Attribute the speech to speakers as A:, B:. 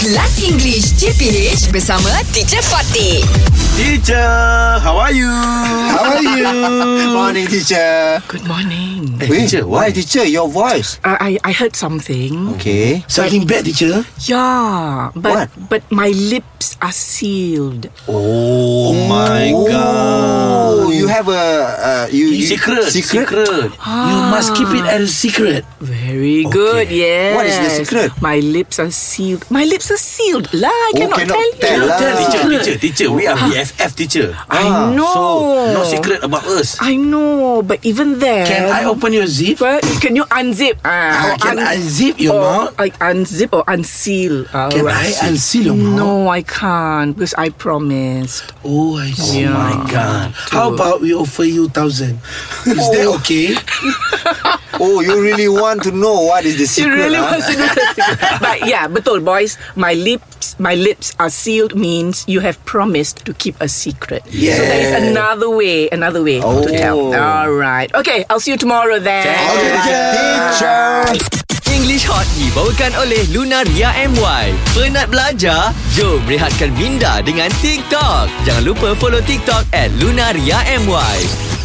A: Kelas English CPH bersama Teacher Fatih.
B: Teacher, how are you?
C: How are you? Morning, teacher.
D: Good morning.
B: Eh, teacher, why?
C: Why, teacher? Your voice.
D: Uh, I I heard
E: Oh.
D: something.
C: Okay.
B: Something bad, teacher?
D: Yeah, but
C: What?
D: but my lips are sealed.
B: Oh, my
C: Oh,
B: God.
C: you have a uh, you, you
B: Secret,
C: secret.
B: secret. You must keep it as a secret.
D: Very good. Yes.
C: What is the secret?
D: My lips are sealed. My lips are sealed. La, I
C: Oh,
D: cannot,
C: cannot
D: tell,
C: tell
D: you.
C: lah.
B: Tell teacher,
D: Secret.
B: teacher, teacher. We are BFF, teacher.
E: Ah,
D: I know.
B: So, no secret about us.
D: I know, but even then.
E: Oh. Can I open your zip?
D: Well, oh. can you unzip? Ah,
E: I can
D: un-
E: unzip your
D: or
E: mouth?
D: Like unzip or unseal. Ah,
E: Can
D: right.
E: I unseal your mouth?
D: No, I can't because I promised.
E: Oh, I see.
D: Yeah.
E: my God. How about we offer you thousand? Is that okay?
C: Oh, you really want to know what is the secret?
D: She really
C: huh?
D: wants to do the secret. But yeah, betul boys. My lips, my lips are sealed means you have promised to keep a secret. So there is another way, another way to
C: Oh.
D: tell. All right. Okay, I'll see you tomorrow then.
C: Okay, teacher.
F: English Hot dibawakan oleh Lunaria MY. Penat belajar? Jom rehatkan minda dengan TikTok. Jangan lupa follow TikTok at Lunaria MY.